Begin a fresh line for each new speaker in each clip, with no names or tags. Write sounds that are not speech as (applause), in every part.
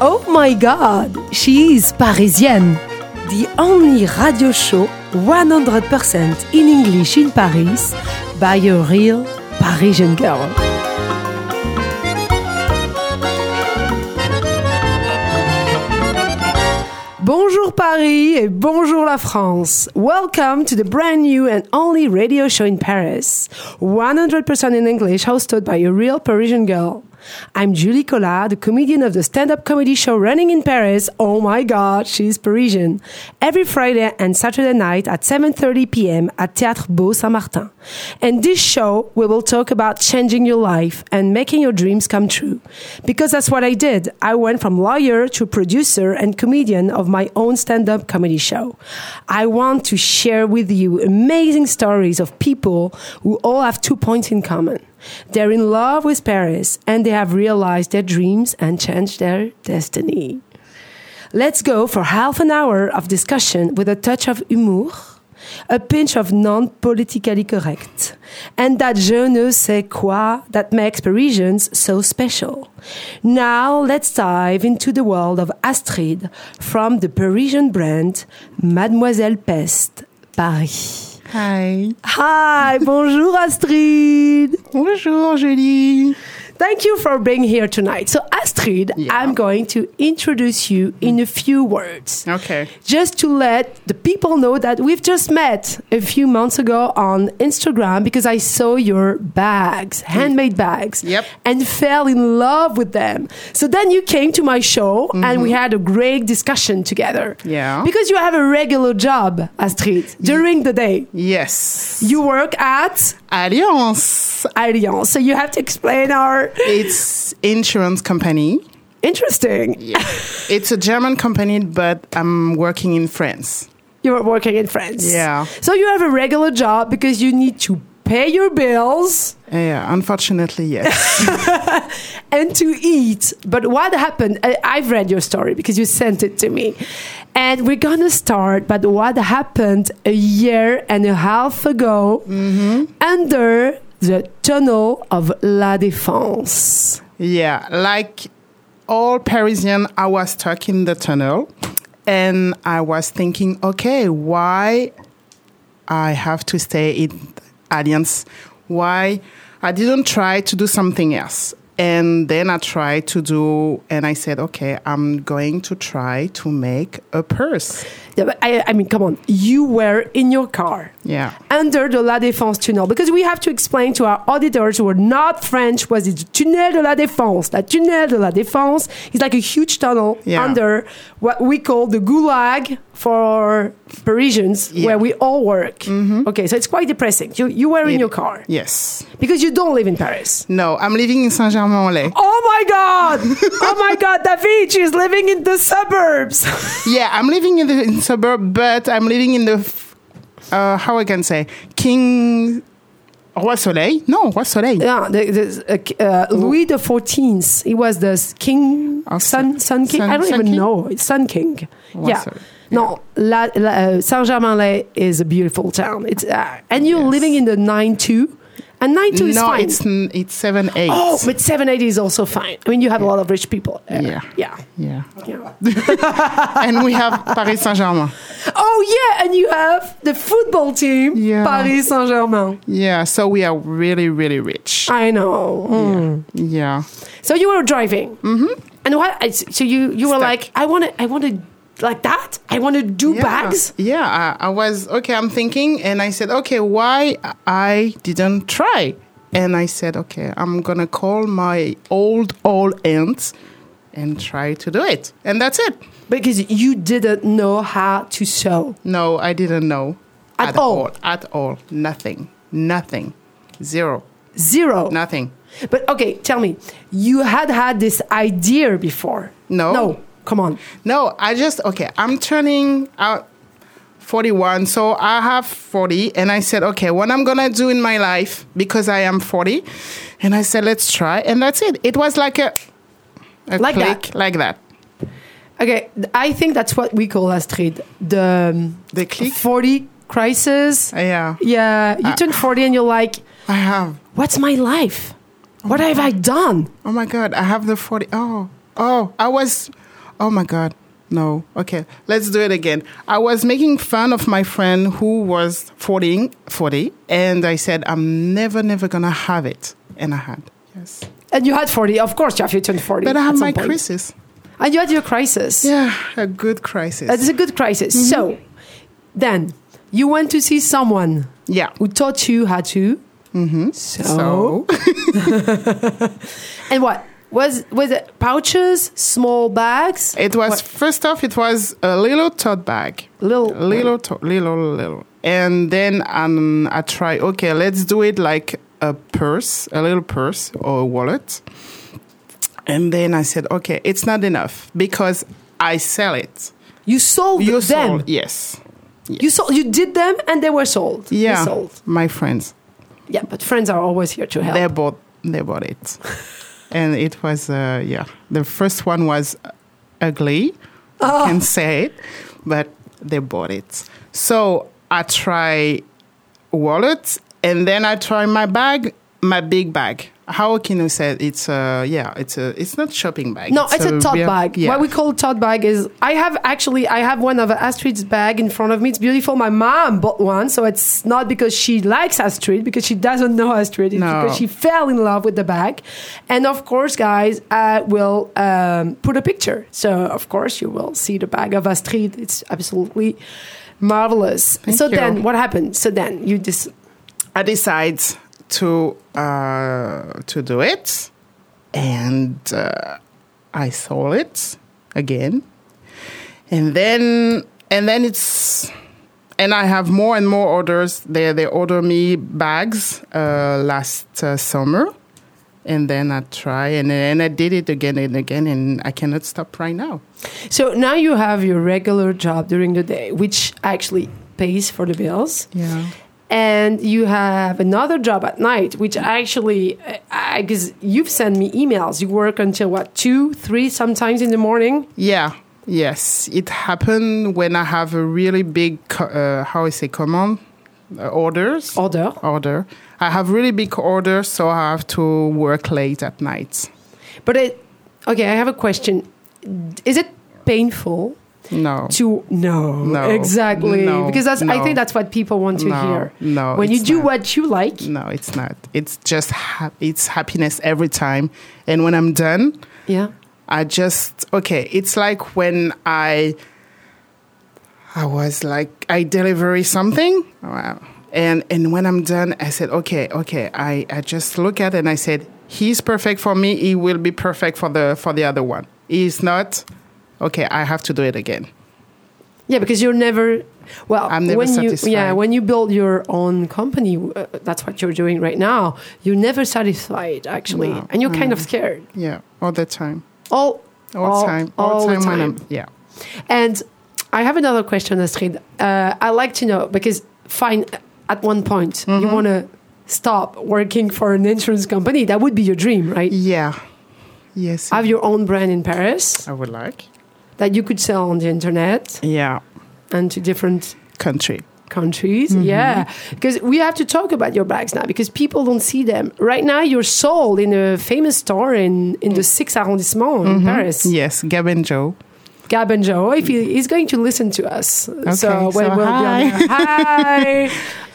Oh my god, she is Parisienne. The only radio show 100% in English in Paris by a real Parisian girl. Bonjour Paris et bonjour la France. Welcome to the brand new and only radio show in Paris, 100% in English, hosted by a real Parisian girl. I'm Julie Collard, the comedian of the stand up comedy show running in Paris. Oh my god, she's Parisian. Every Friday and Saturday night at 7:30 p.m. at Théâtre Beau Saint-Martin. In this show, we will talk about changing your life and making your dreams come true. Because that's what I did. I went from lawyer to producer and comedian of my own stand up comedy show. I want to share with you amazing stories of people who all have two points in common. They're in love with Paris and they have realized their dreams and changed their destiny. Let's go for half an hour of discussion with a touch of humour, a pinch of non politically correct, and that je ne sais quoi that makes Parisians so special. Now let's dive into the world of Astrid from the Parisian brand Mademoiselle Peste, Paris.
Hi.
Hi, bonjour Astrid.
Bonjour, Julie.
Thank you for being here tonight. So, Astrid,
Yeah.
I'm going to introduce you in a few words.
Okay.
Just to let the people know that we've just met a few months ago on Instagram because I saw your bags, handmade bags,
Mm. Yep.
and fell in love with them. So then you came to my show and we had a great discussion together.
Mm-hmm. Yeah. Mm.
Because you have a regular job, Astrid, during the day.
Yes.
You work at
Alliance.
Allianz. So you have to explain our
It's insurance company.
interesting.
It's a German company, but I'm working in France.
You're working in France.
Yeah.
So you have a regular job because you need to pay your bills
Yeah, unfortunately, yes.
and to eat. But what happened? I, I've read your story because you sent it to me. And we're going to start but what happened a year and a half ago under the tunnel of La Défense.
yeah, like all Parisian, I was stuck in the tunnel, and I was thinking, okay, why I have to stay in Alliance? Why I didn't try to do something else? And then I tried to do, and I said, okay, I'm going to try to make a purse.
Yeah, but I, I mean, come on. You were in your car.
Yeah.
under the La Défense tunnel because we have to explain to our auditors who are not French was it Tunnel de la Défense. La Tunnel de la Défense is like a huge tunnel
Yeah.
under what we call the Gulag for Parisians
Yeah. Mm-hmm.
where we all work. Okay, so it's quite depressing. You, you were in your car
Yes.
because you don't live in Paris.
No, I'm living in Saint Germain en Laye.
Oh my
(laughs)
God! oh my God, David, she's living in the suburbs. (laughs)
Yeah, I'm living in the in suburb, but I'm living in the f- uh, how I can say King Roi Soleil. No, Roi Soleil.
Yeah, the, the, uh, uh, Louis the Fourteenth. He was the s- king,
Oh,
sun,
sun-
sun king.
sun-
I don't
sun
even
king?
know. It's sun king.
Oh,
yeah.
sorry.
No, La, La, uh, Saint-Germain-Laye is a beautiful town. It's uh, and you're
Yes.
living in the nine two, and nine two is
no,
fine.
it's n- it's seven eight.
oh, but seven eighty is also fine. I mean, you have a lot of rich people. there.
Yeah.
yeah,
yeah,
yeah.
and we have Paris Saint Germain.
Oh yeah, and you have the football team,
Yeah.
Paris Saint-Germain.
Yeah, so we are really really rich.
I know. Mm.
Yeah,
So you were driving, mm-hmm. and what? I- So you you were
Stuck.
like, I want to, I want to, like that. I want to do
yeah.
bags.
Yeah, I, I was okay. I'm thinking, and I said, okay, why I didn't try? And I said, okay, I'm gonna call my old old aunt and try to do it. And that's it.
because you didn't know how to sew.
No, I didn't know.
At all?
At all. Nothing. Nothing. Zero.
Zero.
Nothing.
But okay, tell me, you had had this idea before?
No.
No. Come on.
No, I just, okay, I'm turning out 41, so I have 40, and I said, okay, what I'm gonna do in my life because I am 40, and I said, let's try, and that's it. It was like a, a
Like that.
click, like that.
Okay, th- I think that's what we call Astrid the um,
The click?
forty crisis.
Yeah,
yeah,
Ah.
you turn forty and you're like,
I have.
what's my life? What have I done?
Oh my God, I have the 40. Oh, oh, I was oh my God, no. Okay, let's do it again. I was making fun of my friend who was 40, 40 and I said, I'm never, never going to have it. And I had, yes.
And you had 40. Of course, you have you turned 40.
But I
at
have
some
my
point.
crisis.
And you had your crisis.
Yeah, Mm-hmm. a good crisis.
It's a good crisis. So then you went to see someone
yeah.
who taught you how to. So,
Mm-hmm. So,
Oh. and what was was it pouches, small bags,
it was first off, it was a little tote bag.
little
little, to- little, little. And then um, I try, okay, let's do it like a purse, a little purse or a wallet. And then I said, okay, it's not enough because I sell it.
You sold
You
them.
sold, yes.
You sold. You did them, and they were sold. You
Yeah,
sold.
my friends,
Yeah, but friends are always here to help.
they bought, they
(laughs)
bought it. and it was, uh, yeah, the first one was ugly,
Oh.
I can say it, but they bought it. So I try wallet and then I try my bag, my big bag. How can you say it? it's a yeah, it's a it's not shopping bag.
No, it's, a, tote
real-
bag.
Yeah.
What we call tote bag is I have actually I have one of Astrid's bag in front of me. It's beautiful. My mom bought one, so it's not because she likes Astrid because she doesn't know Astrid. It's
No.
because she fell in love with the bag. And of course, guys, I will um, put a picture. So of course you will see the bag of Astrid. It's absolutely marvelous.
Thank
so
you.
then what happened? So then you just
I decide to uh, to do it, and uh, I sold it again, and then and then it's and I have more and more orders. They they order me bags uh, last uh, summer, and then I try and and I did it again and again, and I cannot stop right now.
so now you have your regular job during the day, which actually pays for the bills.
Yeah.
and you have another job at night which actually because you've sent me emails you work until what two three sometimes in the morning
Yeah. Yes, it happened when I have a really big, co- uh, how I say, command uh, orders.
order
order. I have really big orders, so I have to work late at night.
but it okay i have a question is it painful
No.
to no,
No.
exactly
No.
because that's i
No.
think that's what people want to
No.
hear
No,
when you
it's
do
not.
what you like
No, it's not. It's just ha- it's happiness every time. And when I'm done,
yeah
I just okay. It's like when I I was like I delivery something, wow. and and when I'm done, I said okay, okay. I I just look at it and I said he's perfect for me. He will be perfect for the for the other one. He's not. Okay, I have to do it again.
yeah because you're never well
I'm never
when you yeah
satisfied.
when you build your own company uh, that's what you're doing right now you're never satisfied actually
No.
and you're kind of scared
Yeah, all the time.
all
All, time. All,
all
time,
the
when
time.
I'm yeah.
And I have another question, Astrid. Uh, I like to know because fine, at one point
Mm-hmm.
you want to stop working for an insurance company. That would be your dream, right?
Yeah. Yes.
Have your own brand in Paris
I would like.
that you could sell on the internet
Yeah.
and to different
Country.
countries. Yeah, because we have to talk about your bags now because people don't see them right now. You're sold in a famous store in in the sixth arrondissement in Paris.
Yes, Gab and Joe.
Gab and Joe, if he, he's going to listen to us. so,
so
when we'll be on there. (laughs) hi.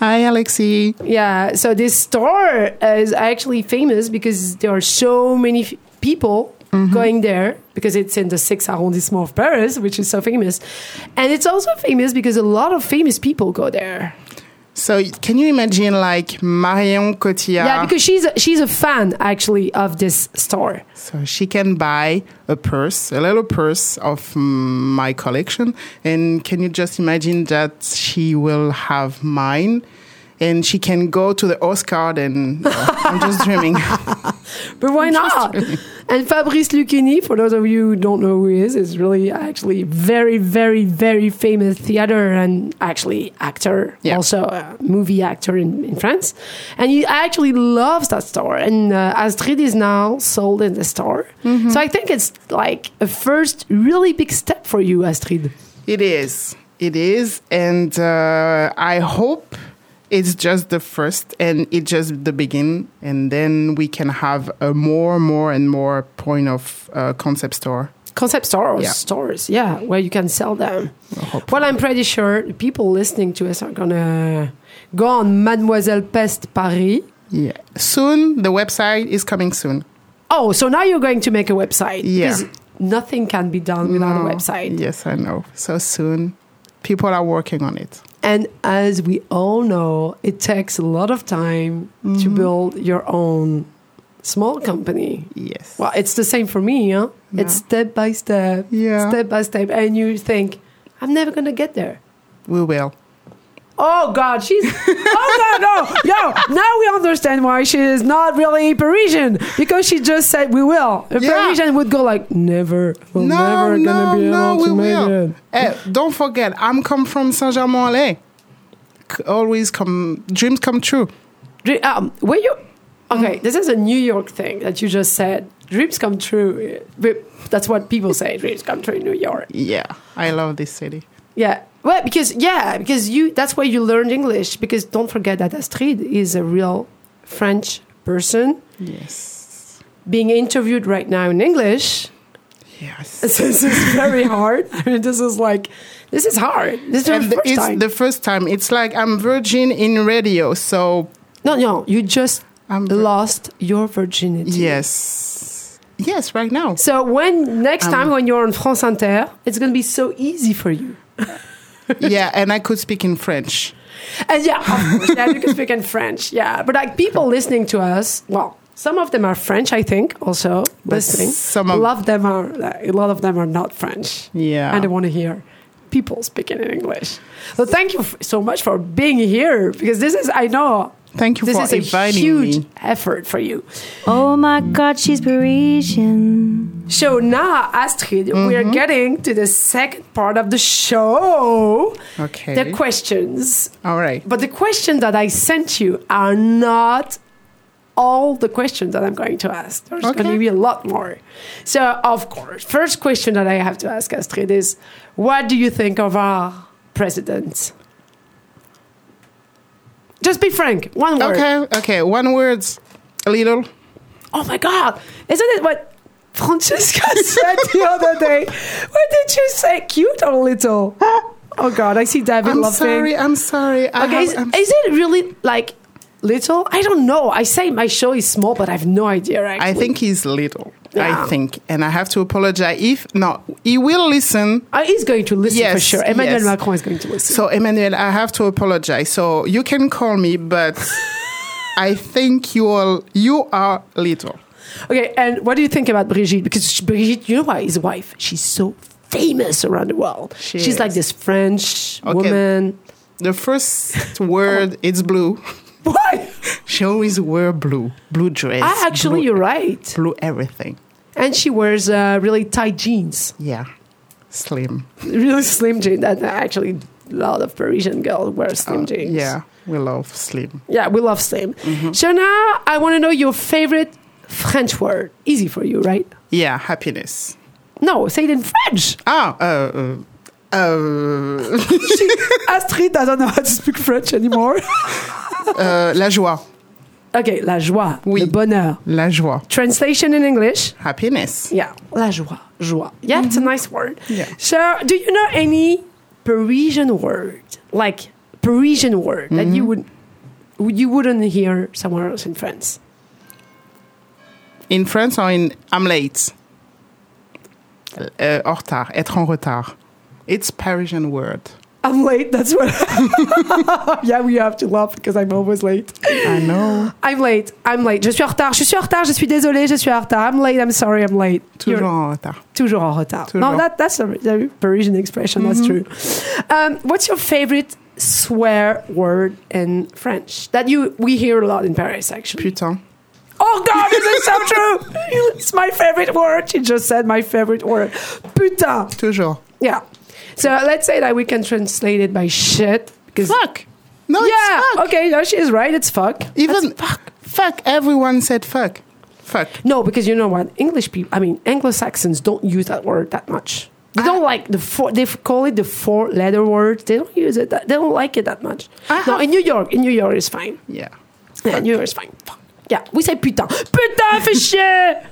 Hi, Alexi.
Yeah, so this store is actually famous because there are so many f- people going there because it's in the 6th arrondissement of Paris, which is so famous. And it's also famous because a lot of famous people go there.
So can you imagine like Marion Cotillard?
Yeah, because she's a, she's a fan actually of this store.
so she can buy a purse, a little purse of mm, my collection, and can you just imagine that she will have mine? And she can go to the Oscar
(laughs)
and I'm just dreaming.
But why not? And Fabrice Lucchini, for those of you who don't know who he is, is really actually very, very, very famous theater and actually actor,
Yeah.
also a movie actor in, in France. And he actually loves that store. And uh, Astrid is now sold in the store. So I think it's like a first really big step for you, Astrid.
It is. It is. And uh, I hope it's just the first and it's just the begin. And then we can have a more, more, and more point of uh, concept store.
concept stores,
Yeah.
stores, yeah, where you can sell them.
hope-
Well, I'm pretty sure the people listening to us are gonna go on Mademoiselle Peste Paris.
Yeah. Soon, the website is coming soon.
Oh, so now you're going to make a website?
Yeah.
'Cause Nothing can be done without
No.
a website.
Yes, I know. So soon, people are working on it.
And as we all know, it takes a lot of time to
Mm-hmm.
build your own small company.
Yes.
Well, it's the same for me, huh? It's
Yeah.
step by step,
Yeah.
step by step. And you think, I'm never going to get there.
We will.
Oh God, she's. Oh God, no, no. Now we understand why she is not really Parisian because she just said we will. A
Yeah.
Parisian would go like, never. We're
no,
never
no,
gonna be
no,
able
we
to make
will.
it.
Hey, don't forget, I'm come from Saint-Germain-en-Laye. C- Always come, dreams come true.
Dr- Um, were you okay?
Mm.
This is a New York thing that you just said. Dreams come true. But That's what people say. Dreams come true in New York.
Yeah, I love this city.
Yeah. Well, because yeah, because you that's why you learned English. Because don't forget that Astrid is a real French person
Yes.
being interviewed right now in English. (laughs)
Yes.
This is very hard. I mean, this is like this is hard. This is your
And the,
first
it's
time.
the first time. It's like I'm virgin in radio. So
no, no, you just
I'm vir-
lost your virginity.
yes, yes, right
(laughs)
now.
So when next
Um,
time when you're on France Inter, it's gonna be so easy for you.
yeah, and I could speak in French.
And yeah, of course, yeah, you can speak in French. Yeah, but like people listening to us, well, some of them are French, I think, also listening.
some
a
of-
lot of them are like, a lot of them are not French.
Yeah.
and they want to hear people speaking in English. So thank you f- so much for being here because this is I know
Thank you
this
for
is a
inviting
huge
me.
effort for you.
Oh my god, she's Parisian.
So now, Astrid, we
Mm-hmm.
are getting to the second part of the show.
Okay.
The questions.
All right.
But the questions that I sent you are not all the questions that I'm going to ask. There's going
Okay.
to be a lot more. So, of course, first question that I have to ask Astrid is what do you think of our president? Just be frank, one word.
Okay. Okay. One word. A little.
Oh my God, isn't it what Francesca (laughs) said the other day? What did you say? Cute or little? Oh God, I see David
I'm
laughing.
sorry. I'm sorry. I
Okay,
have-
is,
I'm
is it really like little? I don't know. I say my show is small, but I've no idea. Actually.
I think he's little.
Yeah.
I think, and I have to apologize if no, he will listen.
Uh, he's going to listen for
Yes,
sure. Emmanuel
yes.
Macron is going to listen.
So Emmanuel, I have to apologize. So you can call me,
(laughs)
but I think you all you are little.
okay, and what do you think about Brigitte? Because she- Brigitte, you know why his wife? She's so famous around the world.
She
She's like
is.
this French
Okay.
woman.
The
(laughs)
first word it's blue.
Why?
She always wear blue, blue dress.
(laughs) I actually,
blue,
you're right.
blue everything.
And she wears uh, really tight jeans,
Yeah, slim.
really (laughs) slim jeans. That actually a lot of Parisian girls wear slim jeans.
Uh, Yeah, we love slim.
Yeah, we love slim. So now I want to know your favorite French word. Easy for you, right?
Yeah, happiness.
No, say it in French.
Ah, uh, uh, uh,
(laughs) She, Astrid doesn't know how to speak French anymore.
uh, la joie,
(laughs) okay, la joie,
Oui.
le bonheur.
la joie,
Translation in English.
happiness.
Yeah, la joie, joie. Yeah, it's a nice word.
Yeah.
So, do you know any Parisian word, like Parisian word that you would you wouldn't hear somewhere else in France?
In France or in I'm late. Uh, en retard, être en retard. It's Parisian word.
I'm late. That's what. (laughs) yeah, we have to laugh because I'm always late.
I know.
I'm late. I'm late. Je suis en retard. Je suis en retard. Je suis désolée. Je suis en retard. I'm late. I'm sorry. I'm late. (gasps)
Toujours
You're
en retard.
toujours en retard. No,
Toujours.
that, that's a, a Parisian expression. That's true. Um, what's your favorite swear word in French that you we hear a lot in Paris? Actually,
Putain.
oh God, this is so true. It's my favorite word. She just said my favorite word. Putain.
Toujours.
Yeah. So let's say that we can translate it by shit because.
Fuck. No,
yeah.
it's fuck.
Okay. No, she is right. It's fuck.
Even fuck. Fuck. Everyone said fuck. Fuck.
No, because you know what? English people, I mean, Anglo Saxons don't use that word that much. They don't like the four, they f- call it the four letter word. They don't use it, that, they don't like it that much.
I
no,
have-
in New York, in New York is fine.
Yeah.
Yeah, New York is fine. Fuck.
(laughs)
Yeah, we say putain. Putain, fais chier!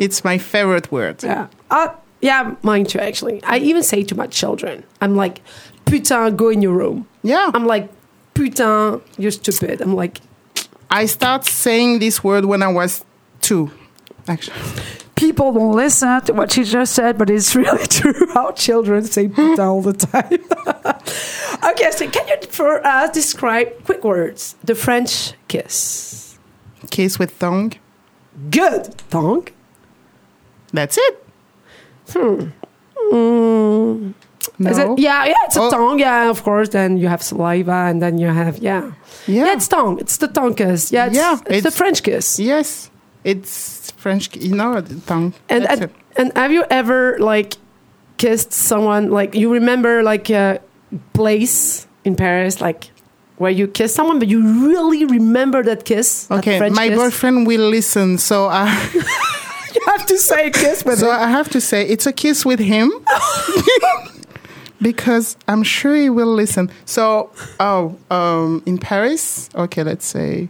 It's my favorite word.
Hmm. Yeah. Ah, Yeah, mine too, actually. I even say to my children, I'm like, putain, go in your room.
Yeah.
I'm like, putain, you're stupid. I'm like,
I start saying this word when I was two, actually.
people don't listen to what she just said, but it's (laughs) really true. Our children say putain all the time. (laughs) okay, so can you for us describe quick words the French kiss?
Kiss with tongue.
Good, tongue.
That's it. Hmm. No.
Is it? Yeah, yeah, it's a
Oh.
tongue. Yeah, of course. Then you have saliva, and then you have yeah,
Yeah.
it's tongue. It's the tongue kiss. Yeah, it's,
Yeah,
it's, the
it's-
French kiss.
Yes. It's French, ki- you know, the tongue.
And
That's
and, and have you ever like kissed someone like you remember like a place in Paris like where you kiss someone but you really remember that kiss?
it.
that
Okay,
French
my
kiss?
boyfriend will listen, so uh, (laughs) I,
(laughs) You have to say kiss with
so
it.
I have to say it's a kiss with him (laughs) because I'm sure he will listen. So, oh, um, in Paris, okay, let's say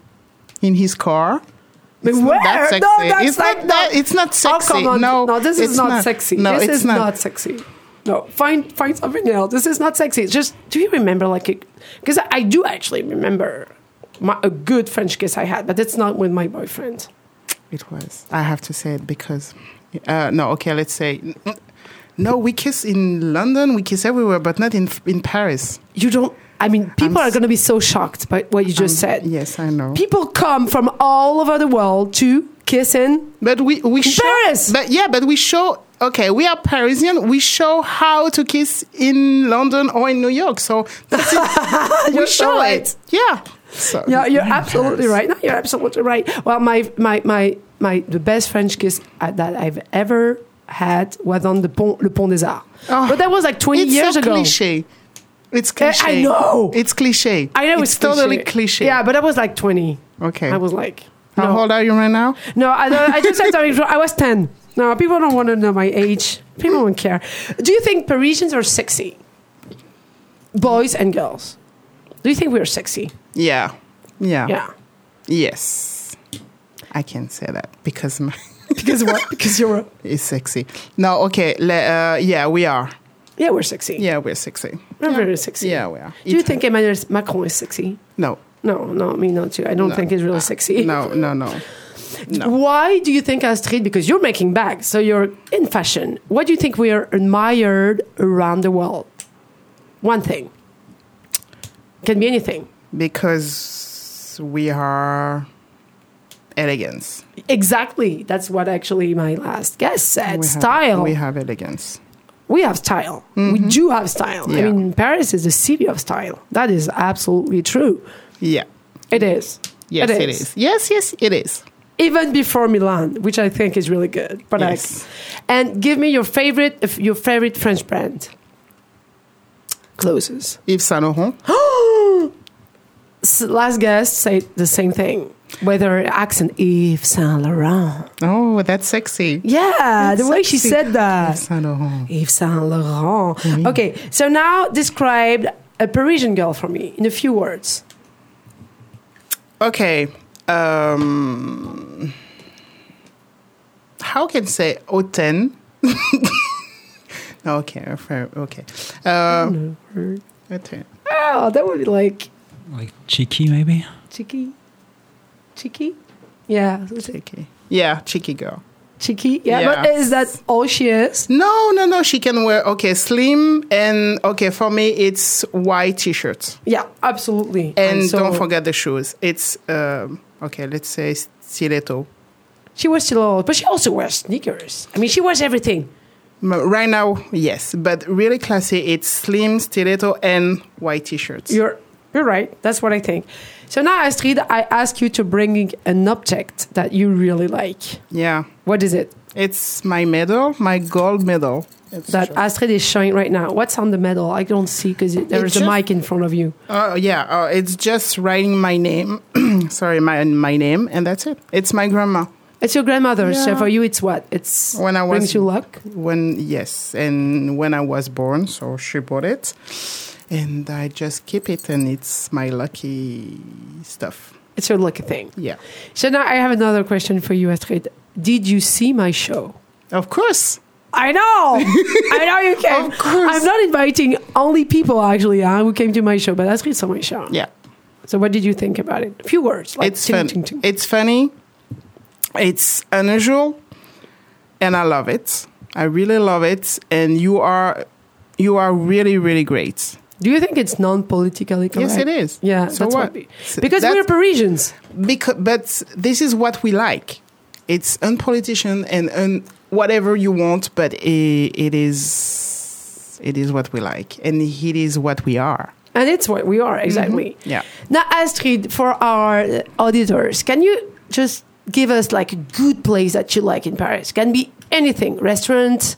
in his car.
But
It's not that
where?
sexy.
No, that's
it's
like
not that. It's not
Oh,
sexy.
come on.
No,
this is
it's
not, sexy.
No,
this
it's
is not. sexy. No, find find something else. This is not sexy. It's just do you remember like a because I do actually remember my, a good French kiss I had, but it's not with my boyfriend.
It was. I have to say it because, uh, no, okay, let's say, no, we kiss in London, we kiss everywhere, but not in in Paris.
You don't. I mean, people
s-
are going to be so shocked by what you just said.
Yes, I know.
People come from all over the world to kiss in.
But we we show,
Paris!
but yeah, but we show. Okay, we are Parisian. We show how to kiss in London or in New York. So
(laughs)
that's it. we
You're so
show
right.
it. Yeah. So,
Yeah, you're
in
absolutely
Paris.
right. No, you're absolutely right. Well, my my my my the best French kiss uh, that I've ever had was on the pont le pont des Arts,
Oh,
but that was like 20
It's
years
so
ago. Eh,
cliche. It's
I- I
cliche.
know.
It's cliche.
I know
it's, totally cliche.
Yeah, but that was like 20.
Okay.
I was like,
How
no.
old are you right now?
No, I, don't- I just said something. wrong. I was 10. No, people don't want to know my age. People don't care. Do you think Parisians are sexy? Boys and girls. Do you think we are sexy?
Yeah. Yeah.
Yeah.
Yes. I can say that because my (laughs)
Because what? Because you're.
it's sexy. No, okay. Le, uh, yeah, we are.
(laughs) Yeah, we're sexy.
Yeah, we're sexy.
We're very sexy.
Yeah, we are.
Do you
It-
think Emmanuel Macron is sexy? (laughs)
No.
No, no, me not too. I don't
No.
think he's really sexy.
No, no, no. No.
(laughs) Why do you think Astrid? Because you're making bags, so you're in fashion. What do you think we are admired around the world? One thing. Can be anything.
Because we are elegance.
Exactly. That's what actually my last guest said.
We have-
style.
we have elegance.
we have style. We do have style. I
Yeah.
mean, Paris is the city of style. That is absolutely true.
Yeah.
It is.
Yes, it is. Yes, yes, it is.
Even before Milan, which I think is really good. But like-
Yes.
and give me your favorite, if- your favorite French brand. (gasps) Closes.
Yves Saint Laurent.
Last guest said the same thing. Whether accent Yves Saint Laurent.
Oh, that's sexy.
Yeah, the way she
sexy.
said that. Mm-hmm.
Yves Saint Laurent.
Yves Saint Laurent. Okay, so now describe a Parisian girl for me in a few words.
Okay. Um, how can say Oten? (laughs) okay, fair- okay. Um, Oten.
Oh, that would be like
Like cheeky, maybe?
cheeky, cheeky. Yeah,
Cheeky. Yeah, cheeky girl.
cheeky. Yeah, but
Yeah.
is that all she is?
No, no, no. She can wear okay, slim and okay. For me, it's white t-shirt
Yeah, absolutely.
and,
so-
don't forget the shoes. It's um, okay. Let's say stiletto.
she was still old, but she also wears sneakers. I mean, she wears everything.
M- Right now, yes, but really classy. It's slim stiletto and white t-shirts.
You're you're right. That's what I think. So now, Astrid, I ask you to bring an object that you really like.
yeah.
What is it
It's my medal, my gold medal. It's
that Astrid is showing right now? What's on the medal? I don't see because there's a
just-
mic in front of you.
uh, yeah, uh, it's just writing my name. (clears throat) Sorry, my my name, and that's it. It's my grandma.
It's your grandmother, so
Yeah.
for you, it's what? It's
When I was-
brings you luck.
When yes, and when I was born, so she bought it, and I just keep it, and it's my lucky stuff.
It's your lucky thing.
Yeah,
So now I have another question for you, Astrid. Did you see my show?
of course.
I
(laughs)
know. I know you came.
Of course.
I'm not inviting only people actually huh, who came to my show, but that's really my show.
Yeah.
So what did you think about it? A few words. Like
it's
ting,
fun.
ting, ting.
It's funny. It's unusual, and I love it. I really love it, and you are, you are really, really great.
Do you think it's non-politically correct?
Yes, it is.
Yeah,
So
that's
what?
what we-
So
because
that's-
we're Parisians.
because but this is what we like it's unpolitician and un, whatever you want but i it is it is what we like and it is what we are
And it's what we are, exactly.
Mm-hmm. yeah
Now, Astrid, for our uh, auditors, can you just give us like a good place that you like in Paris? Can be anything, restaurant,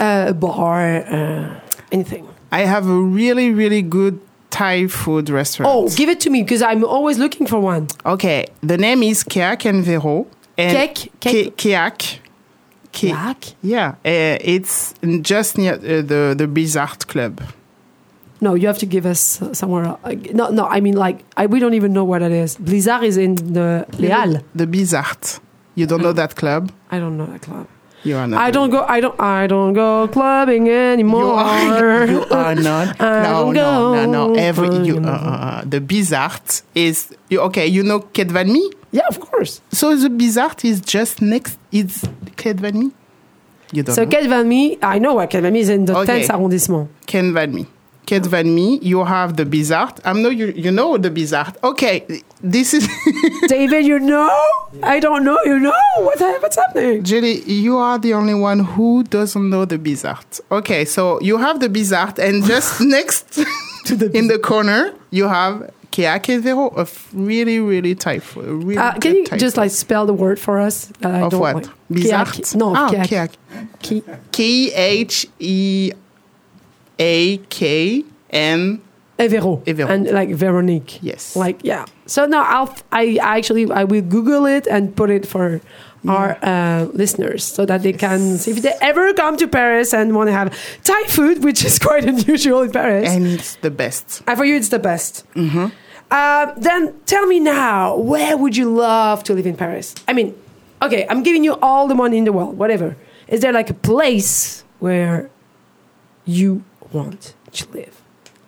uh, bar, uh, anything.
i have a really really good thai food restaurant
Oh, give it to me because I'm always looking for one.
okay the name is keak and vero and
Keak?
Ke- keak Ke-
Yak?
yeah uh, it's just near uh, the the bizarre club
No, you have to give us uh, somewhere. Else. Like, No, no, I mean like I, we don't even know what it is. Blizzard is in the Les Halles.
the bizarre you don't know that club
I don't know that club.
you are not
I don't go. I don't. I don't go clubbing anymore.
You are, (laughs) you are not. No,
I'm
no, no, no.
going
Every you,
for-
uh, uh, the bizarre is you, okay. You know Kate Van Me,
(laughs) Yeah, of course.
so the bizarre is just next. It's Kate Van Me. You don't
So
know
Quai Vami, I know where Quai Vami is in the
Okay.
10th arrondissement.
Ken Van Me. Kate Van Me. You have the bizarre. I'm no. You you know the bizarre. Okay, this is (laughs)
David, you know? I don't know. You know what hap- what's happening?
Jelly. You are the only one who doesn't know the bizarre. Okay, so you have the bizarre, and
(laughs)
just next
To the
in the corner you have. Keake Vero, a f- really, really Thai food. a Really
Uh, can
good
you
Thai
just
food.
like spell the word for us? that I
of
don't
what?
like?
Bizarre?
Kiak- No,
ah,
kiak.
Kiak.
Ki-
K H E A K E N.
Evero.
Evero.
And like Veronique.
Yes.
Like, yeah. So no, I'll, f- I I actually, I will Google it and put it for
Mm.
our uh, listeners so that they can, if they ever come to Paris and want to have Thai food, which is (laughs) quite unusual in Paris.
And it's the best.
And for you, it's the best. Mm-hmm. then tell me now, where would you love to live in Paris? I mean, okay, I'm giving you all the money in the world, whatever. Is there like a place where you want to live?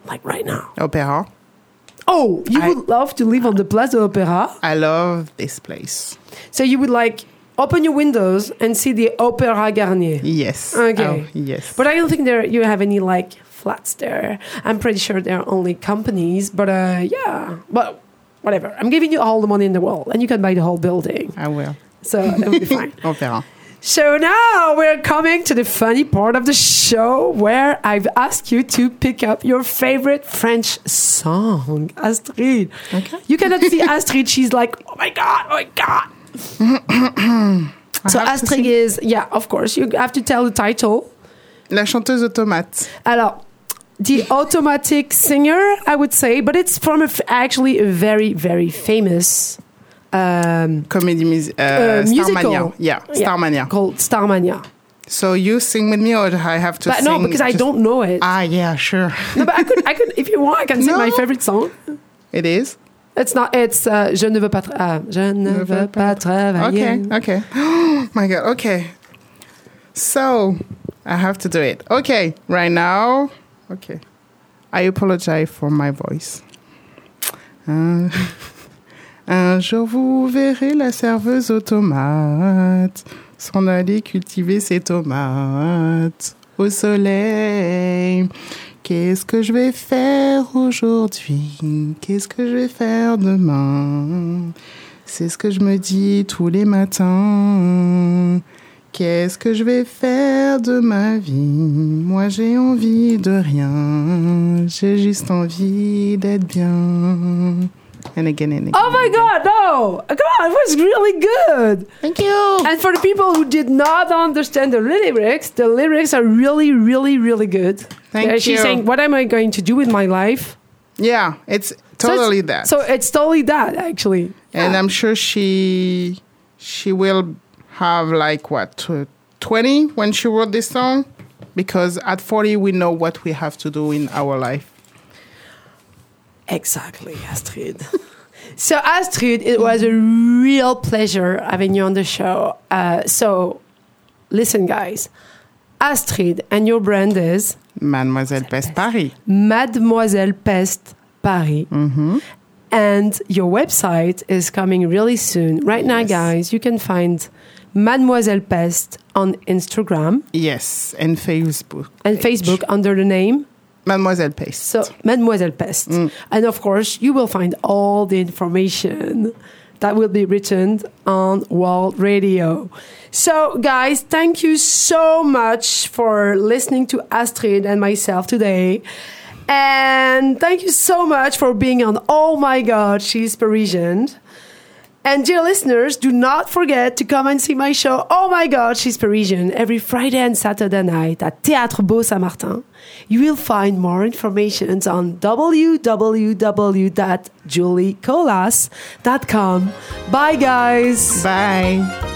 Like right now.
Opera.
Oh, you
I-
would love to live on the Place de l'Opéra.
I love this place.
So you would like open your windows and see the Opéra Garnier.
Yes.
Okay.
Oh, yes.
But I don't think there you have any like flats there. I'm pretty sure there are only companies, but uh, yeah, but whatever. I'm giving you all the money in the world, and you can buy the whole building,
I will.
so that would be fine.
Opera.
So now we're coming to the funny part of the show where I've asked you to pick up your favorite French song, Astrid. Okay. You cannot
(laughs)
see Astrid; she's like, oh my god, oh my god. so
(clears throat) have to
Astrid
sing.
is yeah, of course. You have to tell the title.
La chanteuse de tomates.
Alors, the automatic singer, I would say, but it's from a f- actually a very, very famous um,
Comédie mus- uh,
Uh, musical.
Starmania. Yeah,
Yeah.
Starmania.
called Starmania.
So you sing with me or I have to
But
sing?
no, because I
to-
don't know it.
Ah, yeah, sure.
no, but I could, I could, if you want, I can sing
No.
my favorite song.
It is?
It's not, it's uh, Je ne veux pas, tra- ah, je ne veux pas travailler.
Okay, okay. (gasps) Oh my god, okay. So I have to do it. Okay, right now. Okay. I apologize for my voice. Uh, Un, un jour vous verrez la serveuse aux tomates s'en aller cultiver ses tomates au soleil. Qu'est-ce que je vais faire aujourd'hui Qu'est-ce que je vais faire demain C'est ce que je me dis tous les matins. Qu'est-ce que je vais faire de ma vie Moi j'ai envie de rien. J'ai juste envie d'être bien. And again and again.
Oh my God, no! God, it was really good!
Thank you.
And for the people who did not understand the lyrics, the lyrics are really, really, really good.
Thank
There She's
you.
saying, What am I going to do with my life?
Yeah, it's
So it's-
totally that.
So it's totally that, actually.
and
Yeah.
I'm sure she she will have like what tw- 20 when she wrote this song because at 40 we know what we have to do in our life.
exactly, Astrid. so, Astrid, it was a real pleasure having you on the show. Uh, so, listen, guys, Astrid, and your brand is
Mademoiselle Pest Paris.
Mademoiselle Pest Paris.
Mm-hmm.
And your website is coming really soon. Right now,
Yes.
guys, you can find Mademoiselle Pest on Instagram
Yes, and Facebook.
and Facebook under the name
Mademoiselle Pest.
so Mademoiselle Pest. And of course, you will find all the information that will be written on World Radio. So, guys, thank you so much for listening to Astrid and myself today. And thank you so much for being on Oh My God, She's Parisian. And dear listeners, do not forget to come and see my show Oh My God, She's Parisian every Friday and Saturday night at Théâtre Beau Saint-Martin. You will find more information on www.juliecolas.com. Bye guys.
Bye.